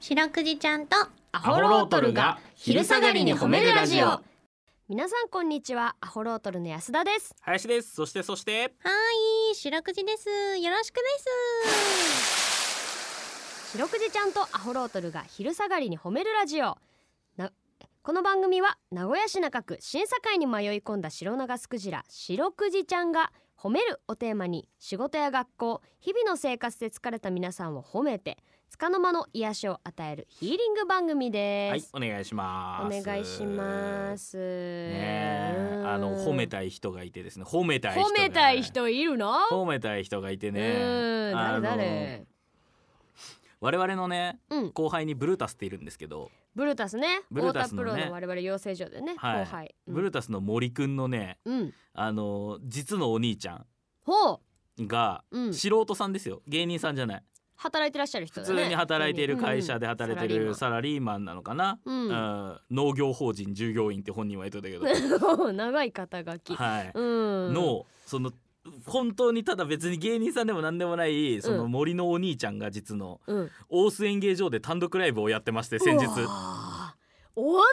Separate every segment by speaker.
Speaker 1: 白くじちゃんとア
Speaker 2: ホロートルが昼下がりに褒めるラジオ
Speaker 3: 皆さんこんにちはアホロートルの安田です
Speaker 2: 林ですそしてそして
Speaker 1: いい白くじですよろしくです
Speaker 3: 白くじちゃんとアホロートルが昼下がりに褒めるラジオなこの番組は名古屋市中区審査会に迷い込んだ白長スクジラ白くじちゃんが褒めるおテーマに仕事や学校日々の生活で疲れた皆さんを褒めて束の間の癒しを与えるヒーリング番組
Speaker 2: は
Speaker 3: で
Speaker 2: い
Speaker 3: す、
Speaker 2: お願いします
Speaker 3: お願いします
Speaker 2: ねえ
Speaker 3: うん
Speaker 2: あの褒めたい人がいてですね褒めたい人が
Speaker 3: 褒めたい人いるの
Speaker 2: 褒めたい人がいて
Speaker 3: う
Speaker 2: ね
Speaker 3: ん
Speaker 2: あ
Speaker 3: 誰
Speaker 2: の
Speaker 3: 誰
Speaker 2: 我々のね
Speaker 3: うん
Speaker 2: 後輩にブルータスっているんですけど、
Speaker 3: ブルータスね
Speaker 2: ブルータスのね
Speaker 3: 太田プロの我々養成所でね、
Speaker 2: はい
Speaker 3: 後輩、うん、
Speaker 2: ブルータスの森くんのね
Speaker 3: うん
Speaker 2: あの実のお兄ちゃ
Speaker 3: ほ
Speaker 2: んが
Speaker 3: う、うん、
Speaker 2: 素人さんですよ芸人さんじゃない
Speaker 3: 働いてらっしゃる人
Speaker 2: 普
Speaker 3: だよね
Speaker 2: 通に働いている会社で働いている
Speaker 3: さ
Speaker 2: サラリーマンなのかな、
Speaker 3: うんう
Speaker 2: う
Speaker 3: ん
Speaker 2: ん農業法人従業員って本人は言ってたけど
Speaker 3: 長い肩書 き、
Speaker 2: はい、
Speaker 3: うん
Speaker 2: のその本当にただ別に芸人さんでも何でもないその森のお兄ちゃんが実の
Speaker 3: うん
Speaker 2: 大須演芸場で単独ライブをやってまして先日
Speaker 3: うわー温泉芸場っ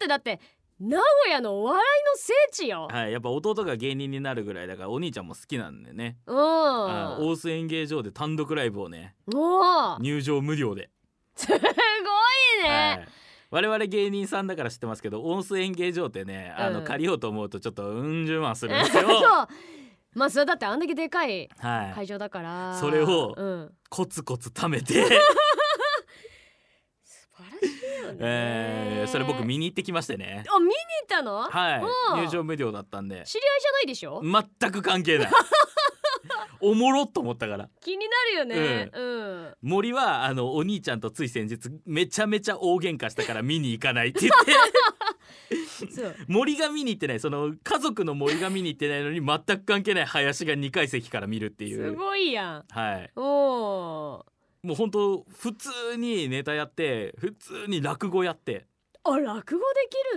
Speaker 3: てだって名古屋のお笑いの聖地よ、
Speaker 2: はいやっぱ弟が芸人になるぐらいだからお兄ちゃんも好きなんでね
Speaker 3: う
Speaker 2: あ
Speaker 3: ん
Speaker 2: 大須演芸場で単独ライブをね
Speaker 3: おー
Speaker 2: 入場無料です
Speaker 3: ごい
Speaker 2: は
Speaker 3: ね、
Speaker 2: い我々芸人さんだから知ってますけど温泉演芸場ってねあの、
Speaker 3: うん
Speaker 2: 借りようと思うとちょっとうん十万するんですよ
Speaker 3: そうまあそれだってあんだけでかい
Speaker 2: はい
Speaker 3: 会場だから、
Speaker 2: それを
Speaker 3: うん、
Speaker 2: コツコツ貯めて、
Speaker 3: 素晴らしいよね、
Speaker 2: えーそれ僕見に行ってきましてね
Speaker 3: あ見に行ったの、
Speaker 2: はい
Speaker 3: うん
Speaker 2: 入場無料だったんで
Speaker 3: 知り合いじゃないでしょ
Speaker 2: 全く 関係ないおもろっと思ったから
Speaker 3: 気になるよね、うん
Speaker 2: 森はあのお兄ちゃんとつい先日めちゃめちゃ大喧嘩したから見に行かないって言っ て
Speaker 3: そう
Speaker 2: 森が見に行ってないその家族の森が見に行ってないのに全く関係ない林が2階席から見るってい
Speaker 3: す
Speaker 2: う
Speaker 3: ごいや
Speaker 2: はい
Speaker 3: んおー
Speaker 2: もう本当普通にネタやって普通に落語やって
Speaker 3: あ落語できる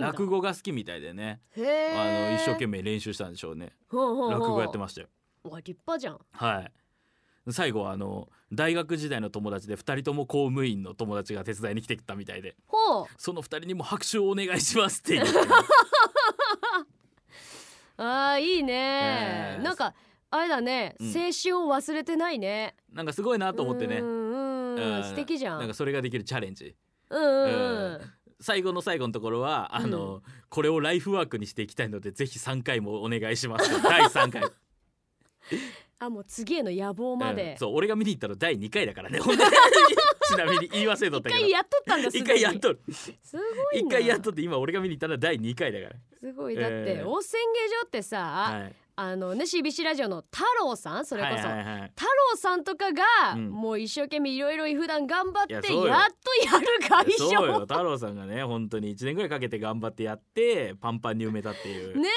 Speaker 3: んだ
Speaker 2: 落語が好きみたいでね
Speaker 3: へ
Speaker 2: あ
Speaker 3: え
Speaker 2: の一生懸命練習したんでしょうね
Speaker 3: ほうほうほう
Speaker 2: 落語やってましたよ
Speaker 3: わ立派じゃん
Speaker 2: はい最後はあの大学時代の友達で2人とも公務員の友達が手伝いに来てきたみたいで
Speaker 3: ほう
Speaker 2: その2人にも拍手をお願いしますって 言って
Speaker 3: あーいいね
Speaker 2: えー
Speaker 3: なんかあれだね、
Speaker 2: うん
Speaker 3: 青春を忘れてないね
Speaker 2: なんかすごいなと思ってね
Speaker 3: う
Speaker 2: うん
Speaker 3: うん
Speaker 2: ん
Speaker 3: 素敵じゃん
Speaker 2: なんかそれができるチャレンジ
Speaker 3: うんうん
Speaker 2: う
Speaker 3: うん
Speaker 2: ん最後の最後のところはあの、これをライフワークにしていきたいのでぜひ3回もお願いします第3回
Speaker 3: あもう次への野望 ま
Speaker 2: う
Speaker 3: で
Speaker 2: ん、そう俺が見に行ったの第2回 だからね ほんでちなみに言い忘れとった
Speaker 3: 一
Speaker 2: けど
Speaker 3: 回やっとったんだすで
Speaker 2: 一
Speaker 3: に
Speaker 2: 回やっとる
Speaker 3: すごい
Speaker 2: 一
Speaker 3: な
Speaker 2: 回やっとって今俺が見に行ったのは第2回だか
Speaker 3: すごいだって、
Speaker 2: えー
Speaker 3: 温泉芸場ってさ、
Speaker 2: らはい
Speaker 3: あのね CBC ラジオの太郎さんそれこそ、
Speaker 2: はいはいはい
Speaker 3: 太郎さんとかが、
Speaker 2: うん
Speaker 3: もう一生懸命いろいろ普段頑張って
Speaker 2: い
Speaker 3: や
Speaker 2: や
Speaker 3: っ
Speaker 2: そうよ
Speaker 3: とやる会
Speaker 2: いやそうよ
Speaker 3: 場
Speaker 2: 太郎さんがね本当に1年ぐらいかけて頑張ってやってパンパンに埋めたっていう
Speaker 3: ね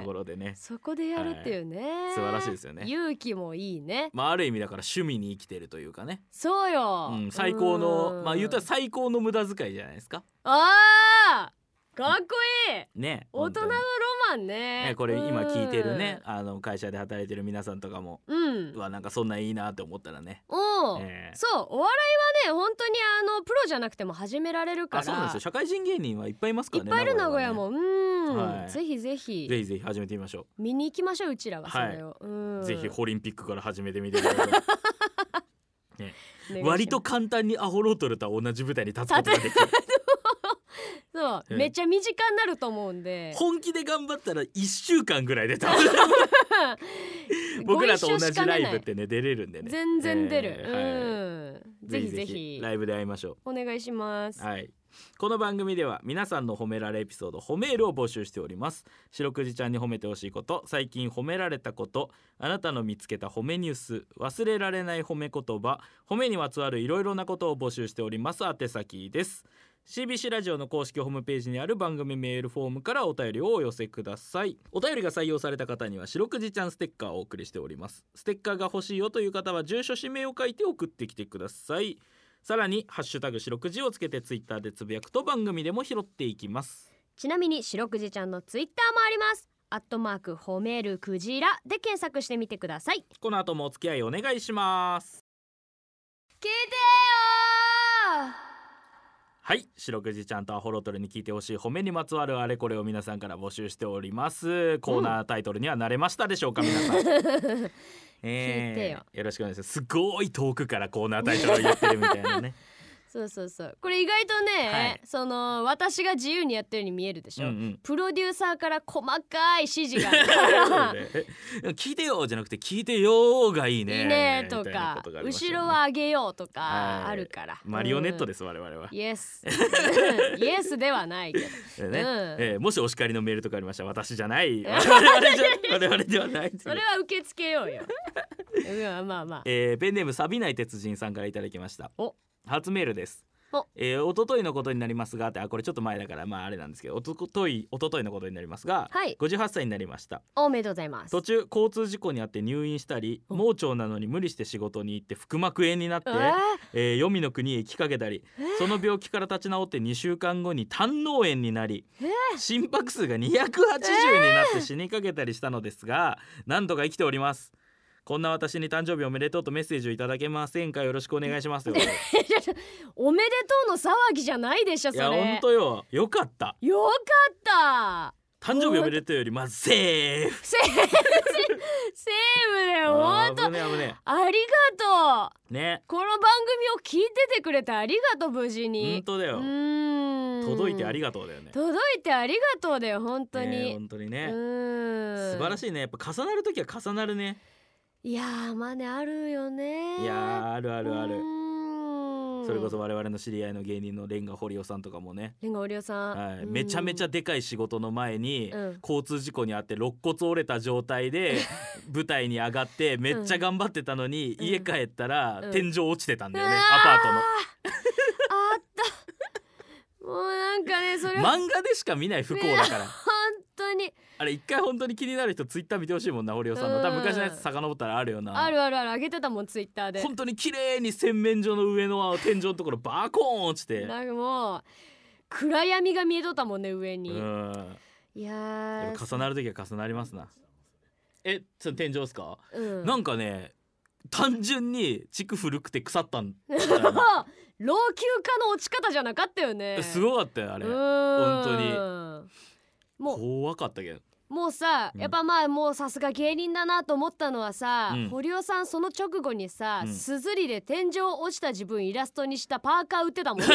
Speaker 2: ところでね
Speaker 3: そこでやるっていうね、
Speaker 2: 素晴らしいですよね
Speaker 3: 勇気もいいね
Speaker 2: まあある意味だから趣味に生きてるというかね、
Speaker 3: そうよ、
Speaker 2: うん、最高の
Speaker 3: ん
Speaker 2: まあ言うたら最高の無駄遣いじゃないですか
Speaker 3: あーかっこいい
Speaker 2: ね
Speaker 3: 大
Speaker 2: 本
Speaker 3: 人
Speaker 2: 当
Speaker 3: の
Speaker 2: に
Speaker 3: ロマンね
Speaker 2: ねこれ今聞いてるねあの会社で働いてる皆さんとかも
Speaker 3: うん
Speaker 2: うわなんかそんなんいいなって思ったらね、
Speaker 3: おう
Speaker 2: ええ
Speaker 3: そうお笑いはね本当にあのプロじゃなくても始められるから
Speaker 2: あそうなんですよ社会人芸人はいっぱいいます
Speaker 3: い
Speaker 2: か
Speaker 3: っ
Speaker 2: らね
Speaker 3: ぱいいる名
Speaker 2: はね
Speaker 3: 古屋も、うん、
Speaker 2: はい
Speaker 3: ぜひぜひ
Speaker 2: ぜひぜひ始めてみましょ
Speaker 3: 見に行きましょううちらはそ
Speaker 2: はい
Speaker 3: れを、うん
Speaker 2: う、ぜひオリンピックから始めてみてくだ さ
Speaker 3: お願
Speaker 2: い
Speaker 3: いします
Speaker 2: 割と簡単にアホロートルとは同じ舞台に立つことができる
Speaker 3: そう、
Speaker 2: ええ
Speaker 3: めっちゃ身近になると思うんで
Speaker 2: 本気で頑張ったら1週間ぐらいで多分 僕らと同じライブってね出れるんでね
Speaker 3: 全然出る、
Speaker 2: えーはい
Speaker 3: うんぜひぜひ
Speaker 2: ライブで会いましょ
Speaker 3: お願いします
Speaker 2: うはいこの番組では皆さんの褒められエピソード褒めールを募集しております白くじちゃんに褒めてほしいこと最近褒められたことあなたの見つけた褒めニュース忘れられない褒め言葉褒めにまつわるいろいろなことを募集しております宛先です CBC ラジオの公式ホームページにある番組メールフォームからお便りをお寄せくださいお便りが採用された方には白くじちゃんステッカーをお送りしておりますステッカーが欲しいよという方は住所氏名を書いて送ってきてくださいさらにハッシュタグ白くじをつけてツイッターでつぶやくと番組でも拾っていきます
Speaker 3: ちなみに白くじちゃんのツイッターもありますアットマーク褒めるクジラで検索してみてください聞いて
Speaker 2: この後もお付き合いお願いします
Speaker 3: よー
Speaker 2: はい白くじちゃんとアホロトルに聞いてほしい褒めにまつわるあれこれを皆さんから募集しておりますコーナータイトルには慣れましたでしょうか、皆さん えー
Speaker 3: 聞いてよ
Speaker 2: よろしくお願いしますすごい遠くからコーナータイトルを言ってるみたいな ね
Speaker 3: そうそうそうこれ意外とね、
Speaker 2: はい
Speaker 3: その私が自由にやってるように見えるでし
Speaker 2: うん
Speaker 3: ょ、
Speaker 2: うん
Speaker 3: プロデューサーから細かい指示がある
Speaker 2: え聞いてよじゃなくて聞いてよがいいね
Speaker 3: いいねと
Speaker 2: みたいなこ
Speaker 3: か
Speaker 2: とがありまし
Speaker 3: 後
Speaker 2: たね
Speaker 3: ろは上げようとか
Speaker 2: はい
Speaker 3: あるから、
Speaker 2: マリオネット
Speaker 3: で
Speaker 2: です我々は、
Speaker 3: イ エスイエスではないけど
Speaker 2: でね
Speaker 3: うん
Speaker 2: えーもしお叱りのメールとかありましたら私じゃな い我々じゃ我々ではない
Speaker 3: それは受け付けようようんまあまあ
Speaker 2: えーペンネーム錆びない鉄人さんからいただきました
Speaker 3: お
Speaker 2: 初メールです
Speaker 3: お
Speaker 2: えー、一昨日のことになりますがってあこれちょっと前だからまああれなんですけど一昨日一昨日のことになりますが、
Speaker 3: はい
Speaker 2: 58歳になりました
Speaker 3: おめでとうございます
Speaker 2: 途中交通事故にあって入院したり盲腸なのに無理して仕事に行って腹膜炎になって
Speaker 3: え、ー
Speaker 2: えー、黄泉の国へ行きかけたり、その病気から立ち直って2週間後に胆嚢炎になり、心拍数が280になって死にかけたりしたのですが、なんとか生きておりますこんな私に誕生日おめでとうとメッセージをいただけませんかよろしくお願いし ますよい
Speaker 3: おめでとうの騒ぎじゃないでしょそれ
Speaker 2: やほんとよよかった
Speaker 3: よかった
Speaker 2: 誕生日おめでとうよりまずセーフ
Speaker 3: セーフセーフだよほんと
Speaker 2: あー危ねえ危ね
Speaker 3: ありがとう
Speaker 2: えね
Speaker 3: この番組を聞いててくれてありがとう無事
Speaker 2: ほ
Speaker 3: に
Speaker 2: んとだよ届
Speaker 3: 届
Speaker 2: いてあり
Speaker 3: が
Speaker 2: がとうだよね
Speaker 3: とう届いてありがとうだよ本当
Speaker 2: ねえ
Speaker 3: に、
Speaker 2: 本当に
Speaker 3: う
Speaker 2: ね
Speaker 3: ん
Speaker 2: 素晴ら
Speaker 3: い
Speaker 2: しいねやっぱ重なる時は重なるね
Speaker 3: いやーまあねあるよね
Speaker 2: いやーあるあるある
Speaker 3: る
Speaker 2: それこそ我々の知り合いの芸人のレンガ堀尾さんとかもね、
Speaker 3: レンガオリオさん、
Speaker 2: はい、
Speaker 3: うん
Speaker 2: めちゃめちゃでかい仕事の前に、
Speaker 3: うん
Speaker 2: 交通事故にあって肋骨折れた状 態で舞台に上がってめっちゃ頑張ってたのに、
Speaker 3: うん
Speaker 2: 家帰ったら、
Speaker 3: うん
Speaker 2: 天井落ちてたんだよね、
Speaker 3: うわ
Speaker 2: アパートの。
Speaker 3: あったもうなんかねそれ本
Speaker 2: 漫画でしか見ない不幸だから、
Speaker 3: 当に
Speaker 2: あれ一回本当に気になる人ツイッター見てほしいもんな堀尾さんの、
Speaker 3: うん
Speaker 2: 多分昔のやつ遡ったらあるよな
Speaker 3: あるあるある上げてたもんツイッターで
Speaker 2: 本当に綺麗に洗面所の上の天井のところバーコーン落ちて
Speaker 3: なんかもう暗闇が見えとったもんね上
Speaker 2: う
Speaker 3: に、
Speaker 2: ん
Speaker 3: いや
Speaker 2: やっぱ
Speaker 3: ー
Speaker 2: 重なる時は重なりますなえその天井ですか
Speaker 3: うん
Speaker 2: なんかね単純に地区古くて腐ったんだ
Speaker 3: 老
Speaker 2: よ
Speaker 3: 朽
Speaker 2: な
Speaker 3: 化の落ち方じゃなかったよね
Speaker 2: す
Speaker 3: い
Speaker 2: ごかったよあ
Speaker 3: あ
Speaker 2: れ
Speaker 3: 本当にも
Speaker 2: 怖かったけど
Speaker 3: うもうさ、
Speaker 2: うん
Speaker 3: やっぱまあもうさすが芸人だなと思ったのはさ、
Speaker 2: うん
Speaker 3: 堀尾さんその直後にさ、
Speaker 2: うん
Speaker 3: すずりで天井落ちた自分イラストにしたパーカー売ってた もんね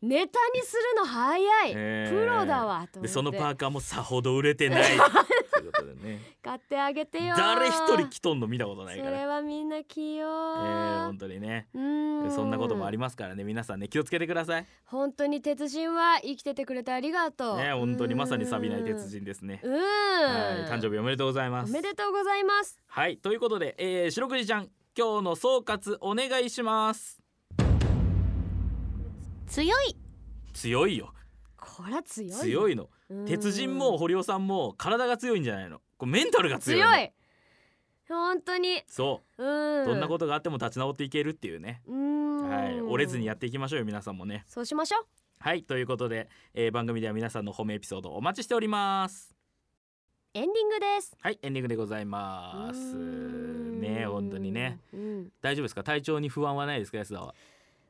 Speaker 3: ネタにするの早い、
Speaker 2: えー
Speaker 3: プロだわと思って
Speaker 2: でそのパーカーもさほど売れて ないということでね
Speaker 3: 買ってあげてよー
Speaker 2: 誰一人着とんの見たことないか
Speaker 3: そ
Speaker 2: ら
Speaker 3: れはみんな着よ
Speaker 2: えー
Speaker 3: う、
Speaker 2: 本当にね
Speaker 3: うん
Speaker 2: そんなこともありますからね皆さんね気をつけてくださいね
Speaker 3: 本当に鉄人は生きててくれてありがとう、
Speaker 2: 本当にまさに錆びない鉄
Speaker 3: 人
Speaker 2: 人ですね
Speaker 3: うん
Speaker 2: はい誕生日おめでとうございま
Speaker 3: お
Speaker 2: す
Speaker 3: めでとうございます
Speaker 2: はいということで、えー、白くじちゃん今日の総括お願いします
Speaker 1: 強い
Speaker 2: 強いよ
Speaker 3: こら強い
Speaker 2: 強いの
Speaker 3: うん
Speaker 2: 鉄人も堀尾さんも体が強いんじゃないのこうメンタルが強いの
Speaker 3: 強い本当に
Speaker 2: そ
Speaker 3: うん
Speaker 2: うどんなことがあっても立ち直っていけるっていうね、
Speaker 3: うん
Speaker 2: はい、折れずにやっていきましょうよ皆さんもね
Speaker 3: そうしましょう
Speaker 2: はいということで、えー番組では皆さんの褒めエピソードお待ちしております
Speaker 3: エンディングです
Speaker 2: はいエンディングでございます
Speaker 3: うん
Speaker 2: ね本当にね
Speaker 3: うん
Speaker 2: 大丈夫ですか体調に不安はないですか安田は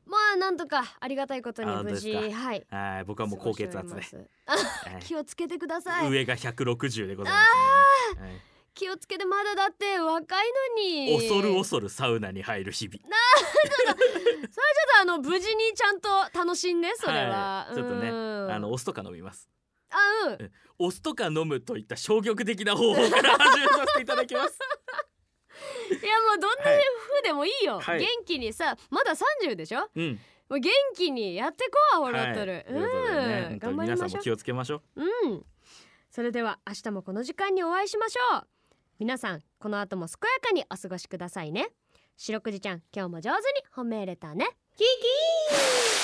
Speaker 3: まあなんとかありがたいことに
Speaker 2: あ
Speaker 3: 無事
Speaker 2: 本当です
Speaker 3: はい
Speaker 2: はい僕はもう高血圧
Speaker 3: 過ご
Speaker 2: で、
Speaker 3: しております
Speaker 2: は
Speaker 3: あ
Speaker 2: い
Speaker 3: 気をつけてください
Speaker 2: 上が160でございます、ね
Speaker 3: 気をつけてまだだって若いの
Speaker 2: はい
Speaker 3: に
Speaker 2: 恐る恐るサウナに入る日々
Speaker 3: ただあの無事にちゃんと楽しんでそれは、
Speaker 2: い、ちょっとね
Speaker 3: うん
Speaker 2: あのお酢とか飲みます
Speaker 3: あうん
Speaker 2: お酢とか飲むといった消極的な方法から始めさせていただ きます
Speaker 3: いやもうどんな
Speaker 2: はい
Speaker 3: 風でもいいよ、
Speaker 2: はい
Speaker 3: 元気にさまだ30でしょ
Speaker 2: うん
Speaker 3: もう元気にやってこうホロ
Speaker 2: はい
Speaker 3: ト
Speaker 2: と
Speaker 3: ル、
Speaker 2: いうことでね
Speaker 3: うん
Speaker 2: 本当
Speaker 3: 頑
Speaker 2: に
Speaker 3: 張り
Speaker 2: 皆さ
Speaker 3: ま
Speaker 2: ん
Speaker 3: しょ
Speaker 2: も気をつけましょう
Speaker 3: ううんそれでは明日もこの時間にお会いしましょう皆さんこの後も健やかにお過ごしくださいね白くじちゃん今日も上手に褒め入れたねキキー